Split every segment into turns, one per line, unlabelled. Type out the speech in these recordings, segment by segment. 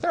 There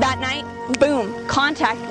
That night, boom, contact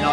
Now,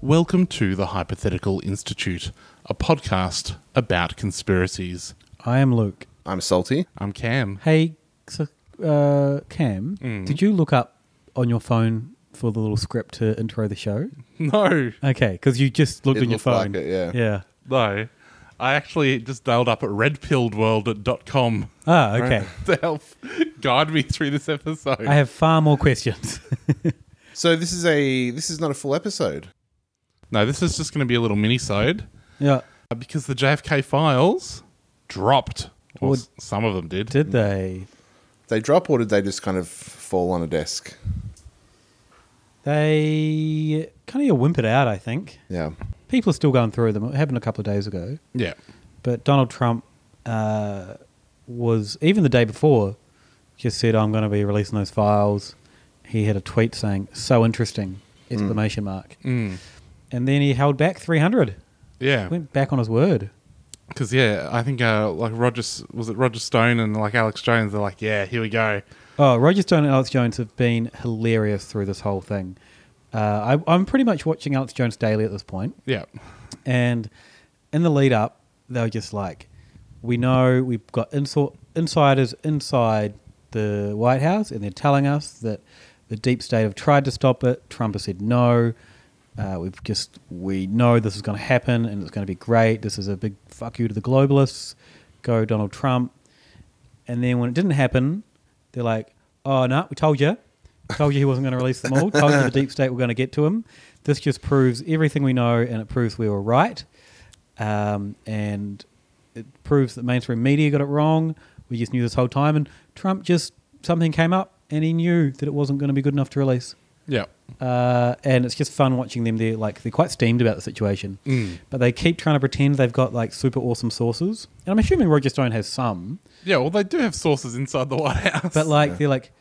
Welcome to the Hypothetical Institute, a podcast about conspiracies.
I am Luke.
I'm Salty.
I'm Cam.
Hey, so, uh, Cam,
Mm.
did you look up on your phone for the little script to intro the show?
No.
Okay, because you just looked
It
on your
looked like
phone.
it, yeah.
Yeah.
No. I actually just dialed up at redpilledworld.com.
Ah, okay.
To help guide me through this episode.
I have far more questions.
So this is a this is not a full episode.
No, this is just going to be a little mini-sode.
Yeah.
Uh, Because the JFK files dropped. Well, s- some of them did.
Did they?
They drop or did they just kind of fall on a desk?
They kind of whimpered out, I think.
Yeah.
People are still going through them. It happened a couple of days ago.
Yeah.
But Donald Trump uh, was, even the day before, just said, I'm going to be releasing those files. He had a tweet saying, so interesting, exclamation mark.
Mm.
And then he held back 300.
Yeah.
Went back on his word.
Because yeah, I think uh, like Roger S- was it Roger Stone and like Alex Jones. They're like, yeah, here we go.
Oh, Roger Stone and Alex Jones have been hilarious through this whole thing. Uh, I, I'm pretty much watching Alex Jones daily at this point.
Yeah.
And in the lead up, they were just like, we know we've got insor- insiders inside the White House, and they're telling us that the deep state have tried to stop it. Trump has said no. Uh, we've just we know this is going to happen, and it's going to be great. This is a big fuck you to the globalists. Go Donald Trump. And then when it didn't happen, they're like, "Oh no, we told you, told you he wasn't going to release them all. Told you the deep state were going to get to him. This just proves everything we know, and it proves we were right, um, and it proves that mainstream media got it wrong. We just knew this whole time, and Trump just something came up, and he knew that it wasn't going to be good enough to release.
Yeah.
Uh, and it's just fun watching them. They're like they're quite steamed about the situation,
Mm.
but they keep trying to pretend they've got like super awesome sources. And I'm assuming Roger Stone has some,
Yeah. Well, they do have sources inside the White House.
but like they're like,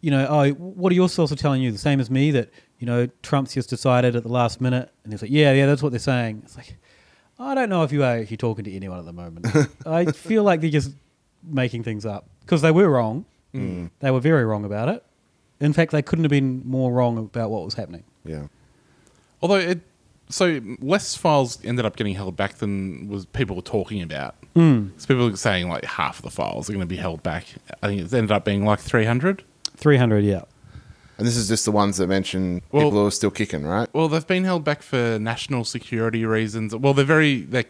you know, oh, what are your sources telling you? The same as me that you know Trump's just decided at the last minute, and it's like, yeah, yeah, that's what they're saying. It's like, I don't know if you are actually talking to anyone at the moment. I feel like they're just making things up because they were wrong.
Mm.
They were very wrong about it. In fact, they couldn't have been more wrong about what was happening.
Yeah.
although it, so less files ended up getting held back than was people were talking about.
Mm.
So people were saying like half of the files are going to be held back. I think it ended up being like three hundred.
Three hundred, yeah.
And this is just the ones that mention people who are still kicking, right?
Well, they've been held back for national security reasons. Well, they're very they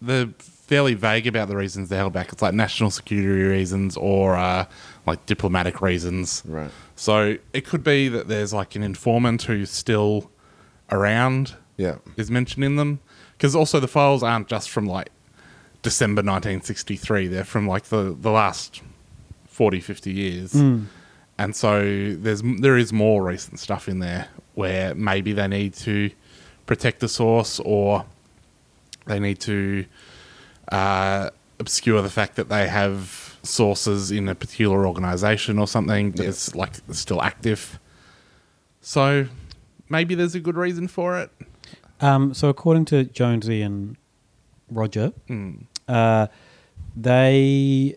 they're fairly vague about the reasons they're held back. It's like national security reasons or uh, like diplomatic reasons.
Right.
So it could be that there's like an informant who's still around.
Yeah.
Is mentioned in them because also the files aren't just from like December 1963. They're from like the the last 40, 50 years.
Mm.
And so there's there is more recent stuff in there where maybe they need to protect the source or they need to uh, obscure the fact that they have sources in a particular organization or something that
Yeah.
it's like still active. So maybe there's a good reason for it.
Um, so according to Jonesy and Roger,
Mm.
uh, They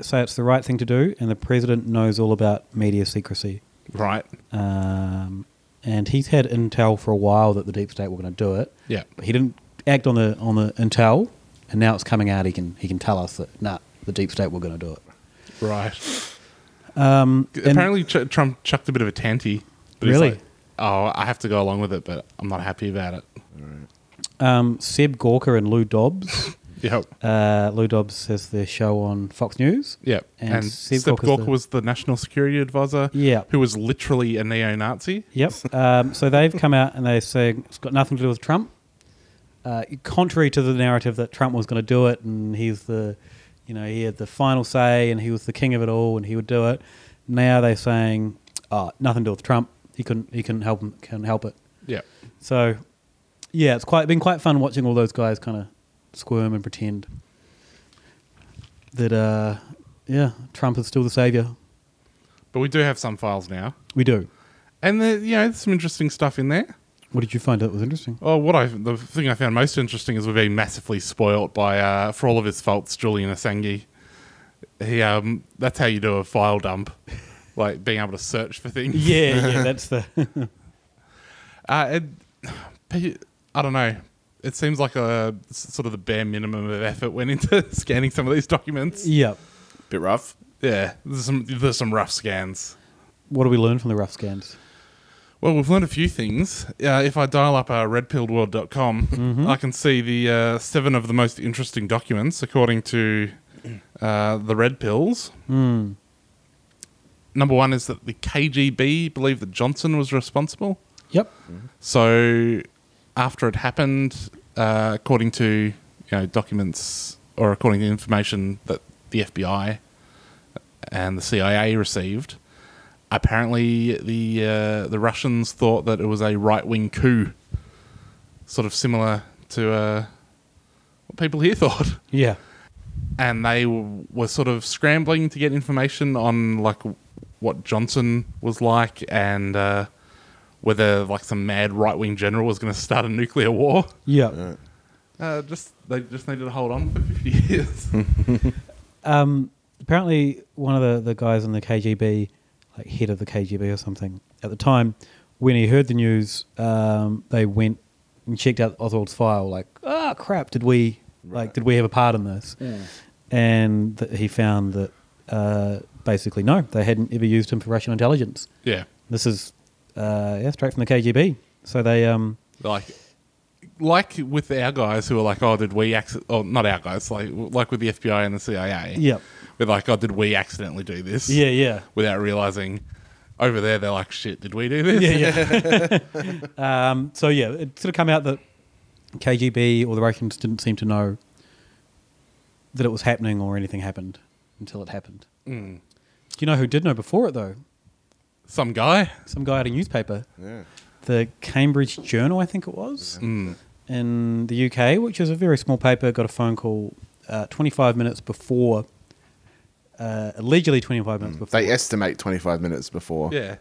say it's the right thing to do, and the president knows all about media secrecy.
Right.
Um, and he's had intel for a while that the deep state were going to do it.
Yeah.
But he didn't act on the on the intel, and now it's coming out. He can he can tell us that nah, the deep state were going to do it.
Right.
Um, and-
Apparently, Ch- Trump chucked a bit of a tanty. but he's
Really?
like, oh, I have to go along with it, but I'm not happy about it.
um, Seb Gorka and Lou Dobbs.
Yep.
Uh, Lou Dobbs has their show on Fox News.
Yep.
And, Seb
Step
Gorka's
Gorka
the-
was the national security advisor.
Yeah.
Who was literally a neo Nazi.
Yep. Um, so they've come out and they say it's got nothing to do with Trump. Uh, contrary to the narrative that Trump was going to do it and he's the, you know, he had the final say and he was the king of it all and he would do it. Now they're saying, oh, nothing to do with Trump. He couldn't. He couldn't help. Him, couldn't help it.
Yep.
So, yeah, it's quite been quite fun watching all those guys kind of squirm and pretend that, uh, yeah, Trump is still the savior.
But we do have some files now.
We do.
And there, you know, there's some interesting stuff in there.
What did you find out was interesting?
Oh, what I the thing I found most interesting is we've been massively spoilt by, uh, for all of his faults, Julian Assange. He, um, that's how you do a file dump, like being able to search for things.
Yeah, yeah, that's the.
uh, it, pe- I don't know. It seems like a s- sort of the bare minimum of effort went into scanning some of these documents.
Yep.
Bit rough. Yeah, there's some there's some rough scans.
What do we learn from the rough scans?
Well, we've learned a few things. Uh, if I dial up uh, redpilledworld.com, I can see the uh, seven of the most interesting documents according to uh, the red pills.
Hmm.
Number one is that the KGB believed that Johnson was responsible.
Yep.
So after it happened, uh, according to you know documents or according to information that the FBI and the CIA received, apparently the uh, the Russians thought that it was a right wing coup, sort of similar to uh, what people here thought
Yeah.
and they w- were sort of scrambling to get information on like w- what Johnson was like and uh, whether like some mad right wing general was going to start a nuclear war.
Yeah.
Uh, just they just needed to hold on for fifty years.
Um, apparently, one of the, the guys in the KGB, like head of the KGB or something, at the time, when he heard the news, um, they went and checked out Oswald's file. Like, ah, crap! Did we like? Did we have a part in this?
Yeah.
And th- he found that uh, basically no, they hadn't ever used him for Russian intelligence.
Yeah.
This is uh, yeah, straight from the KGB. So they um,
like like with our guys who are like, oh, did we acc Or not our guys, like like with the FBI and the CIA.
Yep.
We're like, oh, did we accidentally do this?
Yeah, yeah.
Without realizing, over there they're like, shit, did we do this?
Yeah, yeah. um, so yeah, it sort of come out that KGB or the Russians didn't seem to know that it was happening or anything happened until it happened.
Mm.
Do you know who did know before it though?
Some guy.
Some guy at a newspaper.
Yeah.
The Cambridge Journal, I think it was,
Mm.
in the UK, which is a very small paper, got a phone call uh, 25 minutes before, uh, allegedly 25 minutes before.
They estimate 25 minutes before.
Yeah.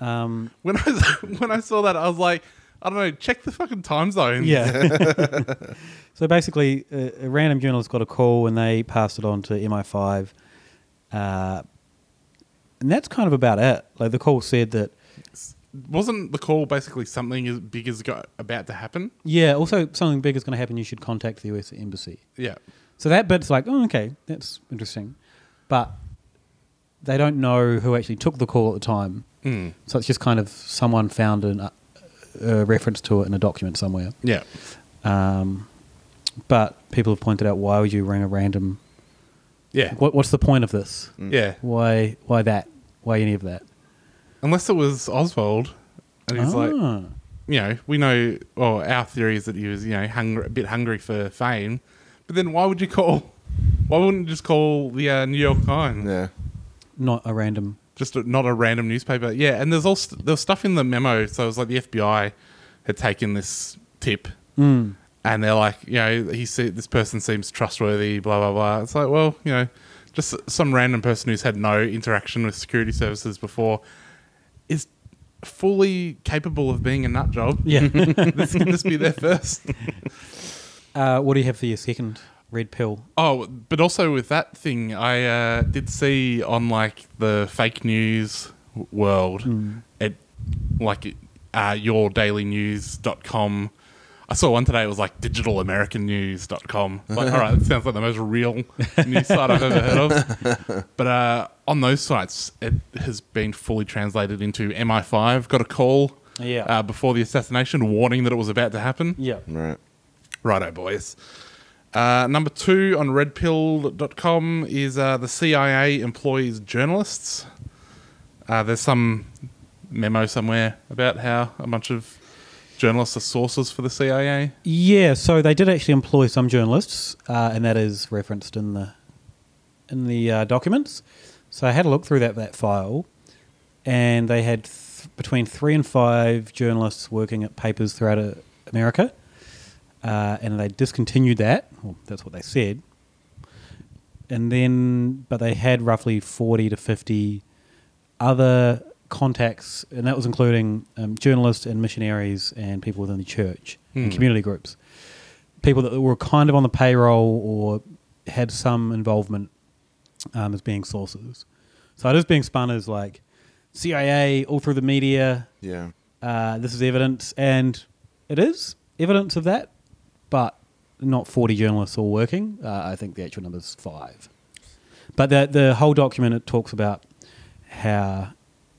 Um,
When I when I saw that, I was like, I don't know, check the fucking time zones.
Yeah. so basically, a, a random journalist got a call and they passed it on to MI5. Uh, and that's kind of about it. Like the call said that,
Wasn't the call basically something as big as got about to happen?
yeah, also something big is going to happen. You should contact the US embassy.
Yeah.
So that bit's like, oh, okay, that's interesting. But they don't know who actually took the call at the time.
Mm.
So it's just kind of someone found an, uh, a reference to it in a document somewhere.
Yeah.
Um, but people have pointed out why would you ring a random?
Yeah.
What, what's the point of this?
Mm. Yeah.
Why? Why that? Why any of that?
Unless it was Oswald, and he's like,
Ah.
you know, we know, or our theory is that he was, you know, hungry, a bit hungry for fame. But then why would you call? Why wouldn't you just call the uh, New York Times?
Yeah.
Not a random.
just a, not a random newspaper. Yeah, and there's all st- there was stuff in the memo. So it was like the FBI had taken this tip,
Mm.
and they're like, you know, he se- this person seems trustworthy, blah blah blah. It's like, well, you know, just some random person who's had no interaction with security services before is fully capable of being a nut job.
Yeah.
this can just be their first.
Uh, what do you have for your second? red pill.
Oh, but also with that thing, I uh, did see on like the fake news w- world,
Hmm.
it like it- uh, yourdailynews.com. I saw one today. It was like digitalamericannews.com. Like, all right, that sounds like the most real news site I've ever heard of. But uh, on those sites, it has been fully translated into MI5. Got a call
Yeah.
uh, before the assassination, warning that it was about to happen.
Yeah.
Right.
Righto, boys. Uh, number two on redpill.com is uh, the CIA employs journalists. Uh, there's some memo somewhere about how a bunch of journalists are sources for the CIA.
Yeah, so they did actually employ some journalists, uh, and that is referenced in the in the uh, documents. So I had a look through that that file, and they had th- between three and five journalists working at papers throughout uh, America, uh, and they discontinued that. Well, that's what they said. And then, but they had roughly forty to fifty other contacts, and that was including um, journalists and missionaries and people within the church and
Hmm.
community groups, people that were kind of on the payroll or had some involvement um, as being sources. So it is being spun as like CIA all through the media.
Yeah.
uh, this is evidence, and it is evidence of that, but not forty journalists all working. Uh, I think the actual number is five. But the the whole document it talks about how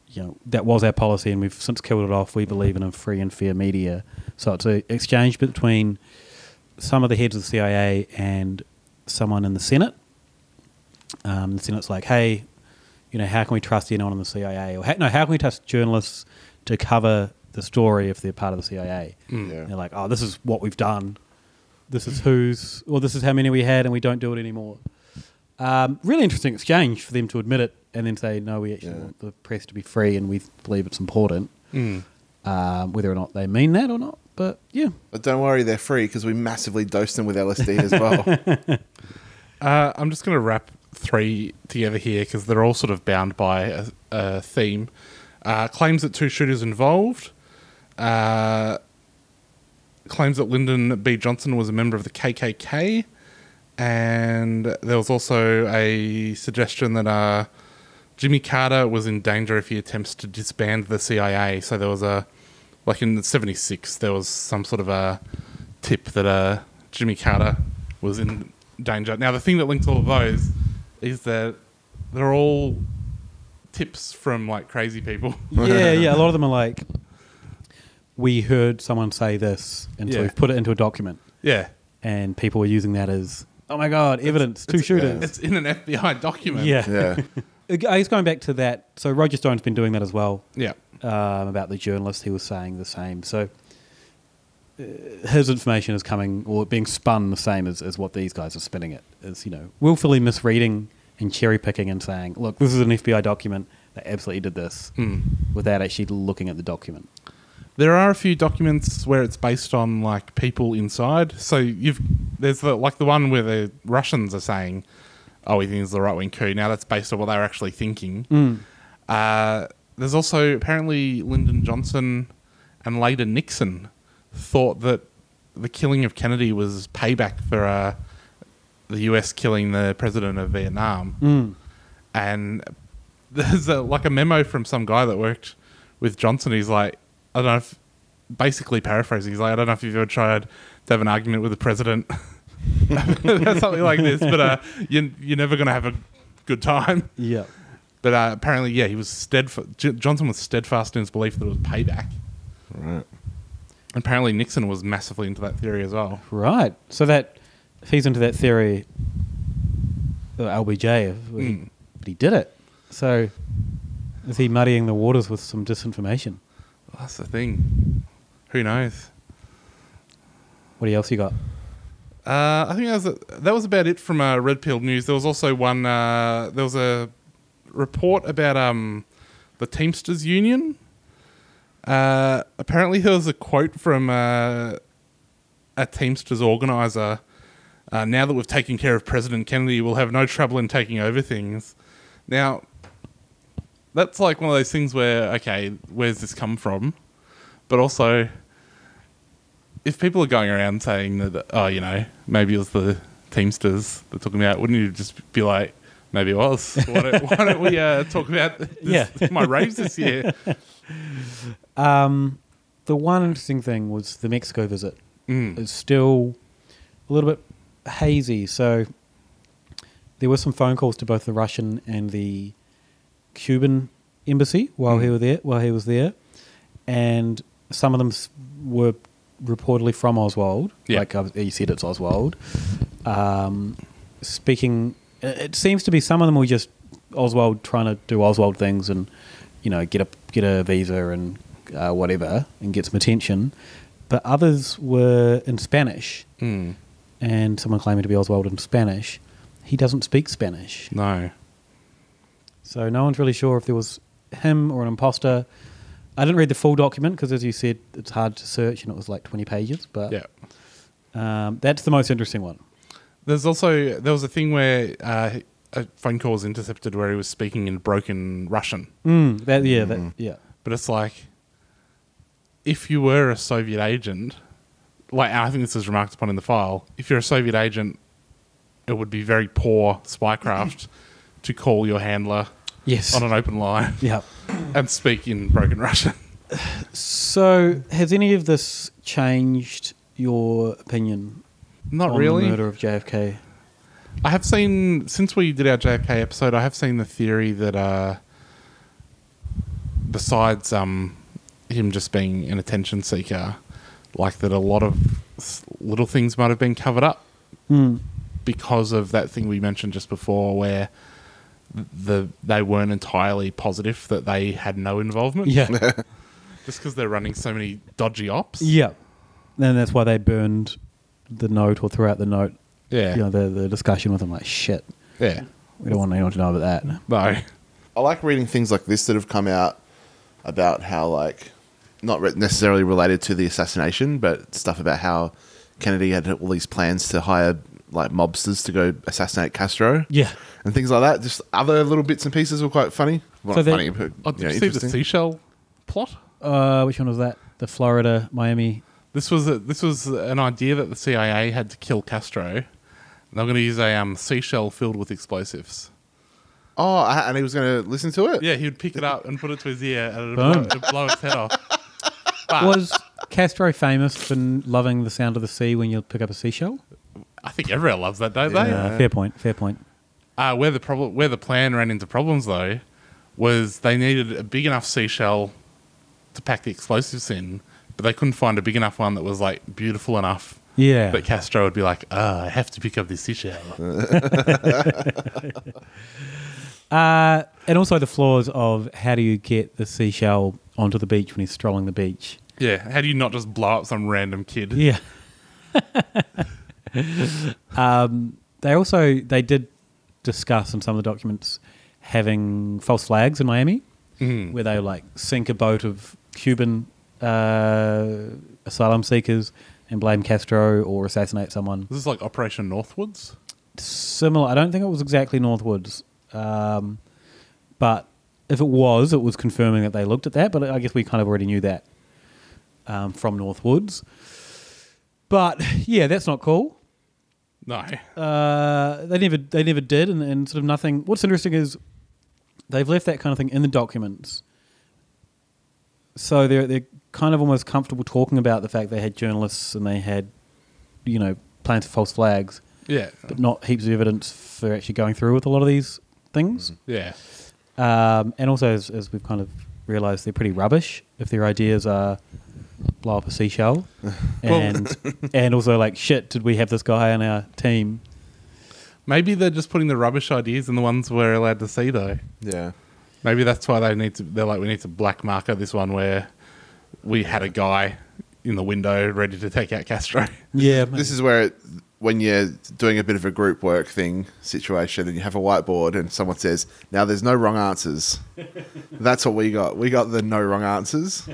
you know that was our policy, and we've since killed it off. We believe in a free and fair media, so it's an exchange between some of the heads of the CIA and someone in the Senate. Um, the Senate's like, hey, you know, how can we trust anyone in the CIA? Or how, no, how can we trust journalists to cover the story if they're part of the CIA?
Mm. Yeah.
They're like, oh, this is what we've done. This is who's, or this is how many we had, and we don't do it anymore. Um, really interesting exchange for them to admit it and then say, no, we actually want the press to be free and we believe it's important.
Hmm.
Mm.
Um, whether or not they mean that or not, but yeah.
But don't worry, they're free because we massively dosed them with LSD as well.
Uh, I'm just going to wrap three together here because they're all sort of bound by a, a theme. Uh, claims that two shooters involved. Uh, claims that Lyndon B. Johnson was a member of the KKK. And there was also a suggestion that uh, Jimmy Carter was in danger if he attempts to disband the CIA. So there was a, like in '76, there was some sort of a tip that uh, Jimmy Carter was in danger. Now the thing that links all of those is that they're all tips from like crazy people.
yeah, yeah. A lot of them are like, we heard someone say this, and so
Yeah.
we've put it into a document.
Yeah.
And people were using that as, oh my God, evidence, two
it's-
shooters.
It's in an FBI document.
Yeah. I guess going back to that, so Roger Stone's been doing that as well.
Yeah.
Um, about the journalist, he was saying the same. So uh, his information is coming or being spun the same as, as what these guys are spinning it. Is you know willfully misreading and cherry picking and saying, look, this is an FBI document. They absolutely did this
Hmm.
without actually looking at the document.
There are a few documents where it's based on like people inside. So you've there's the like the one where the Russians are saying, "Oh, he thinks it's the right wing coup." Now that's based on what they were actually thinking.
Mm.
Uh, there's also apparently Lyndon Johnson and later Nixon thought that the killing of Kennedy was payback for uh, the U.S. killing the president of Vietnam
Mm.
and there's a, like a memo from some guy that worked with Johnson. He's like, I don't know if, basically paraphrasing, he's like, I don't know if you've ever tried to have an argument with the president about something like this, but uh, you, you're never going to have a good time.
Yeah.
But uh, apparently, yeah, he was steadfast. J- Johnson was steadfast in his belief that it was payback.
Right.
Apparently, Nixon was massively into that theory as well.
Right. So that feeds into that theory, uh, LBJ, if he-
Mm.
but he did it. So is he muddying the waters with some disinformation?
That's the thing. Who knows?
What else you got?
Uh, I think that was, that was about it from uh, Red Pill News. There was also one. Uh, there was a report about um, the Teamsters Union. Uh, apparently, there was a quote from uh, a Teamsters organizer. Uh, now that we've taken care of President Kennedy, we'll have no trouble in taking over things. Now, that's like one of those things where, okay, where's this come from? But also, if people are going around saying that, oh, you know, maybe it was the Teamsters they're talking about, wouldn't you just be like, maybe it was? Why don't, why don't we uh, talk about this, my raves this year?
um, the one interesting thing was the Mexico visit.
Mm.
It's still a little bit hazy. So there were some phone calls to both the Russian and the Cuban embassy while he were there. While he was there, and some of them s- were reportedly from Oswald.
Yeah.
Like I was- you said, it's Oswald. Um, speaking, it it seems to be some of them were just Oswald trying to do Oswald things and you know get a get a visa and uh, whatever and get some attention. But others were in Spanish,
Mm.
and someone claiming to be Oswald in Spanish. He doesn't speak Spanish.
No.
So no one's really sure if there was him or an imposter. I didn't read the full document because, as you said, it's hard to search and it was like 20 pages. But
Yeah.
um, that's the most interesting one.
There's also there was a thing where uh, a phone call was intercepted where he was speaking in broken Russian.
Mm, that, yeah, that, yeah.
But it's like, if you were a Soviet agent, like and I think this is remarked upon in the file, if you're a Soviet agent, it would be very poor spycraft to call your handler
Yes.
on an open line
Yep.
and speak in broken Russian.
So has any of this changed your opinion?
Not
on
really.
The murder of JFK.
I have seen since we did our JFK episode. I have seen the theory that uh, besides um, him just being an attention seeker, like that a lot of s- little things might have been covered up
Hmm.
because of that thing we mentioned just before, where the they weren't entirely positive that they had no involvement.
Yeah.
just because they're running so many dodgy ops.
Yeah. And that's why they burned the note or threw out the note.
Yeah.
You know, the, the discussion with him, like, shit.
Yeah.
We don't want anyone to know about that.
No.
I like reading things like this that have come out about how, like, not re- necessarily related to the assassination, but stuff about how Kennedy had all these plans to hire Oh, like mobsters to go assassinate Castro.
Yeah.
And things like that. Just other little bits and pieces were quite funny. Well,
So
not funny,
they-
but,
Oh, did
you know,
you see the
interesting.
seashell plot?
Uh, which one was that? The Florida, Miami.
This was a, this was an idea that the CIA had to kill Castro. And they're going to use a um, seashell filled with explosives.
Oh, I- and he was going to listen to it?
Yeah, he would pick it up and put it to his ear, and it'd blow,
Boom.
it'd blow its head off. But
Was Castro famous for n- loving the sound of the sea when you pick up a seashell?
I think everyone loves that, don't they?
Uh, fair point. Fair point.
Uh, where the problem, where the plan ran into problems though, was they needed a big enough seashell to pack the explosives in, but they couldn't find a big enough one that was like beautiful enough.
Yeah.
That Castro would be like, ah, I have to pick up this seashell.
Uh, and also the flaws of how do you get the seashell onto the beach when he's strolling the beach?
yeah. How do you not just blow up some random kid?
Yeah. um, they also they did discuss in some of the documents having false flags in Miami,
Mhm.
where they like sink a boat of Cuban uh, asylum seekers and blame Castro or assassinate someone.
This is like Operation Northwoods.
Similar. I don't think it was exactly Northwoods, um, but if it was, it was confirming that they looked at that. But I guess we kind of already knew that um, from Northwoods. But yeah, that's not cool.
No.
Uh, they never they never did, and, and sort of nothing. What's interesting is they've left that kind of thing in the documents, so they're they're kind of almost comfortable talking about the fact they had journalists and they had you know plans for false flags,
Yeah.
but not heaps of evidence for actually going through with a lot of these things.
Yeah.
Um, and also, as, as we've kind of realised, they're pretty rubbish if their ideas are blow up a seashell. and, and also, like, shit, did we have this guy on our team?
Maybe they're just putting the rubbish ideas in the ones we're allowed to see, though.
Yeah.
Maybe that's why they need to. They're like, we need to black marker this one where we had a guy in the window ready to take out Castro.
Yeah.
This is where it, when you're doing a bit of a group work thing situation and you have a whiteboard and someone says, "Now there's no wrong answers." That's what we got. We got the no wrong answers.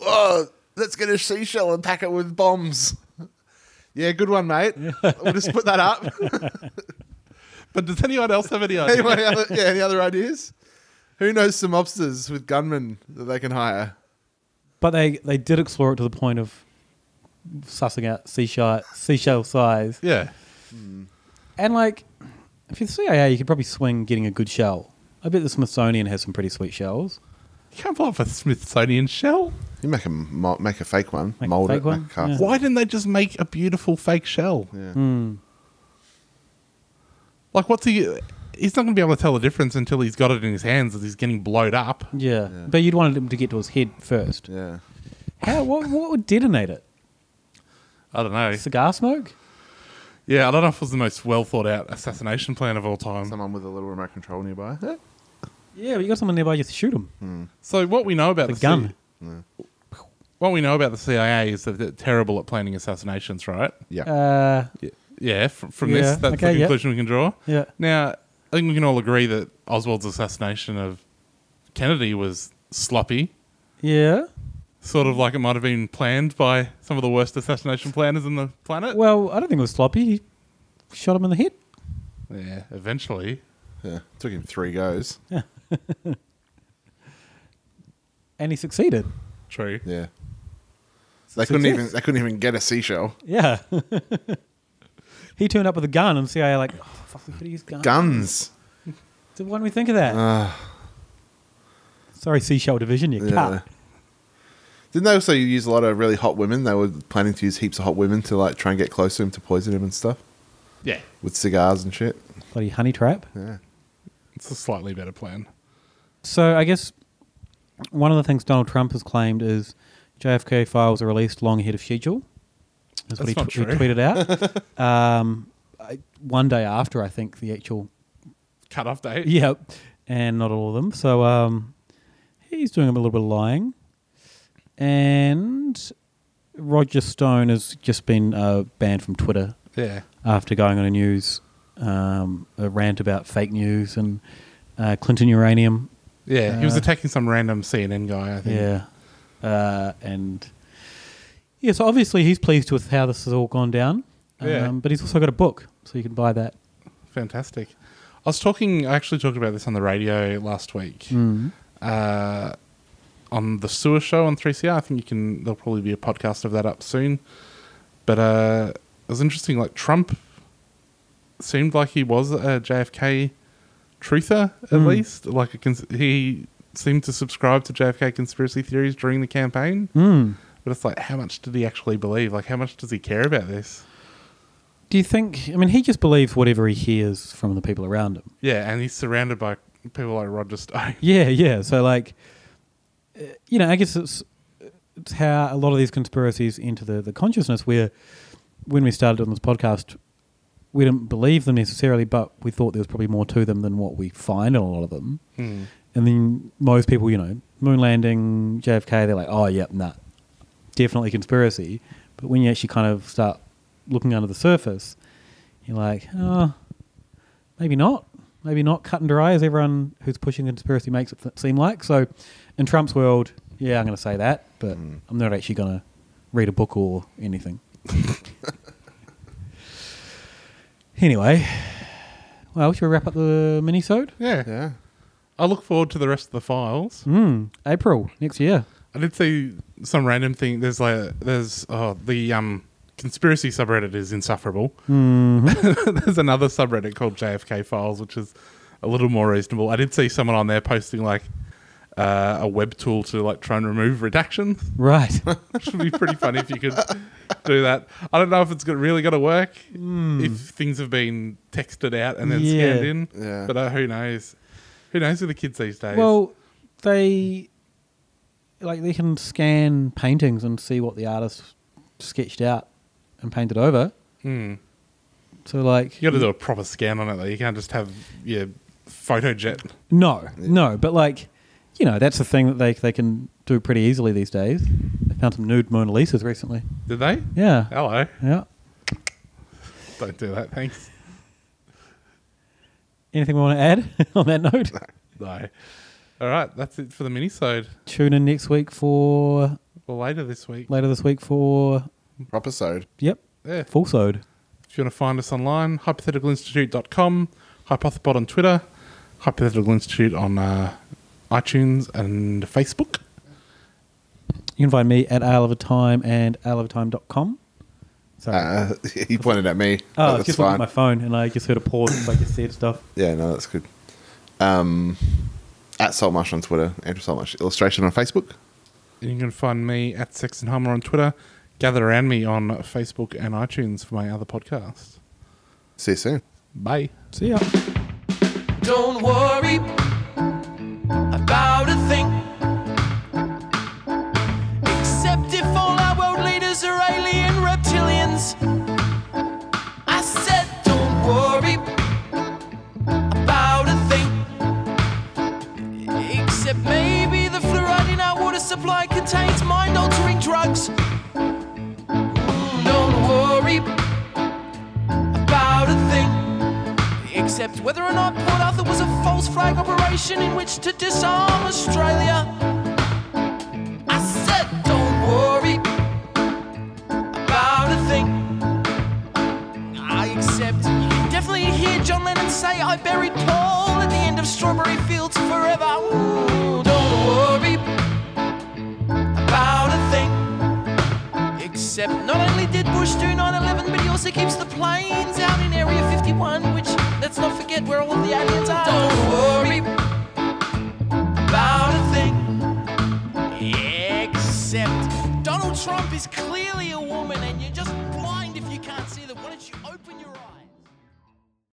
oh, let's get a seashell and pack it with bombs. Yeah, good one, mate. We'll just put that up.
but does anyone else have any ideas?
Anyone other, yeah, any other ideas? Who knows some mobsters with gunmen that they can hire?
But they, they did explore it to the point of sussing out seashell, seashell size.
Yeah.
And like, if you're the CIA, you could probably swing getting a good shell. I bet the Smithsonian has some pretty sweet shells.
You can't pull off a Smithsonian shell.
You make a mo- make a fake one, mold
fake
it,
one?
make a cast.
Yeah. Hmm.
Why didn't they just make a beautiful fake shell?
Yeah.
Like, what's he? He's not going to be able to tell the difference until he's got it in his hands as he's getting blowed up.
Yeah. but you'd wanted him to get to his head first.
Yeah,
How? What? What would detonate it?
I don't know.
Cigar smoke?
Yeah, I don't know if it was the most well thought out assassination plan of all time.
Someone with a little remote control nearby.
Yeah, but you got someone nearby, you have to shoot him.
So what we know about
The
the,
gun.
C- what we know about the CIA is that they're terrible at planning assassinations, right?
Yeah.
Uh,
Y- yeah. From, from
yeah,
this, that's
okay,
the
yeah.
conclusion we can draw.
Yeah.
Now, I think we can all agree that Oswald's assassination of Kennedy was sloppy.
Yeah.
Sort of like it might have been planned by some of the worst assassination planners in the planet.
Well, I don't think it was sloppy. He shot him in the head.
Yeah. Eventually.
Yeah. Took him three goes.
Yeah. and he succeeded.
True.
Yeah. They
Success.
couldn't even they couldn't even get a seashell.
Yeah. he turned up with a gun, and CIA like, oh, fuck, we could have used guns.
Guns.
So why don't we think of that?
Uh,
Sorry, Seashell Division, you
yeah.
cut.
Didn't they also use a lot of really hot women? They were planning to use heaps of hot women to like try and get close to him to poison him and stuff
Yeah.
with cigars and shit.
Bloody honey trap.
Yeah.
It's a slightly better plan.
So I guess one of the things Donald Trump has claimed is JFK files are released long ahead of schedule. That's, what he,
That's
tw- he
not true.
tweeted out. um, I, one day after, I think, the actual
Cut off date.
Yep. And not all of them. So um, he's doing a little bit of lying. And Roger Stone has just been uh, banned from Twitter.
Yeah.
After going on a news um, a rant about fake news and uh, Clinton uranium.
Yeah. he was
Uh,
attacking some random CNN guy, I think.
Yeah. Uh, and yeah, so obviously he's pleased with how this has all gone down. Um,
Yeah.
but he's also got a book, so you can buy that.
Fantastic. I was talking. I actually talked about this on the radio last week.
Mhm.
Uh, on the sewer show on 3CR, I think you can. There'll probably be a podcast of that up soon. But uh, it was interesting. Like Trump seemed like he was a JFK truther, at
Mm.
least. Like a cons- he seemed to subscribe to JFK conspiracy theories during the campaign.
Mm.
But it's like, how much did he actually believe? Like, how much does he care about this?
Do you think? I mean, he just believes whatever he hears from the people around him.
Yeah, and he's surrounded by people like Roger Stone.
Yeah, yeah. So like, uh, you know, I guess it's it's how a lot of these conspiracies enter the the consciousness. Where when we started on this podcast, we didn't believe them necessarily, but we thought there was probably more to them than what we find in a lot of them.
Hmm.
And then most people, you know, moon landing, JFK, they're like, oh, yep, nah, definitely conspiracy. But when you actually kind of start looking under the surface, you're like, oh, maybe not. Maybe not cut and dry as everyone who's pushing the conspiracy makes it th- seem like. So in Trump's world, yeah, I'm going to say that, but I'm not actually going to read a book or anything. anyway, well, should we wrap up the mini-sode?
Yeah.
Yeah.
I look forward to the rest of the files.
Mm, April next year.
I did see some random thing. There's like there's oh the um conspiracy subreddit is insufferable.
Mm-hmm.
there's another subreddit called JFK Files, which is a little more reasonable. I did see someone on there posting like uh, a web tool to like try and remove redactions.
Right.
Which would be pretty funny if you could do that. I don't know if it's go- really going to work. If things have been texted out and then
Hmm. Yeah.
scanned in,
Yeah.
but uh, who knows? Who knows with the kids these days?
Well, they like they can scan paintings and see what the artist sketched out and painted over.
Hmm.
So like
You got to do a proper scan on it, though. You can't just have your photo jet.
No, no, but like you know, that's the thing that they they can do pretty easily these days. They found some nude Mona Lisas recently.
Did they?
Yeah.
Hello.
Yeah.
Don't do that. Thanks.
Anything we want to add on that note?
No. All right. That's it for the minisode.
Tune in next week for
Well, later this week.
later this week for
Proper sode.
yep.
Yeah.
Full sode.
If you want to find us online, hypotheticalinstitute.com, Hypothepod on Twitter, Hypothetical Institute on uh, iTunes and Facebook.
You can find me at Isle of a Time and isleofatime.com.
Uh, he pointed at me.
Oh,
but
I was
that's
just looking at
fine.
my phone and I just heard a pause, so I just said stuff.
Yeah, no, that's good. Um, at Saltmarsh on Twitter, Andrew Saltmarsh illustration on Facebook.
You can find me at Sexton Hummer on Twitter. Gather around me on Facebook and iTunes for my other podcast.
See you soon.
Bye.
See ya.
Don't worry about a thing. Except if all our world leaders are alien reptilians. I said, don't worry about a thing. Except maybe the fluoride in our water supply contains mind altering drugs. Mm, Don't worry about a thing. Except whether or not Port Arthur was a false flag operation in which to disarm Australia. I said, don't worry about a thing. I accept. You can definitely hear John Lennon say, I buried Paul at the end of Strawberry Fields forever. Ooh, don't worry about a thing. Except not only did Bush do 9-11, but he also keeps the planes out in Area 51, which let's not forget where all of the aliens are. Don't worry about a thing. Except Donald Trump is clearly a woman and you're just blind if you can't see that. Why don't you open your eyes?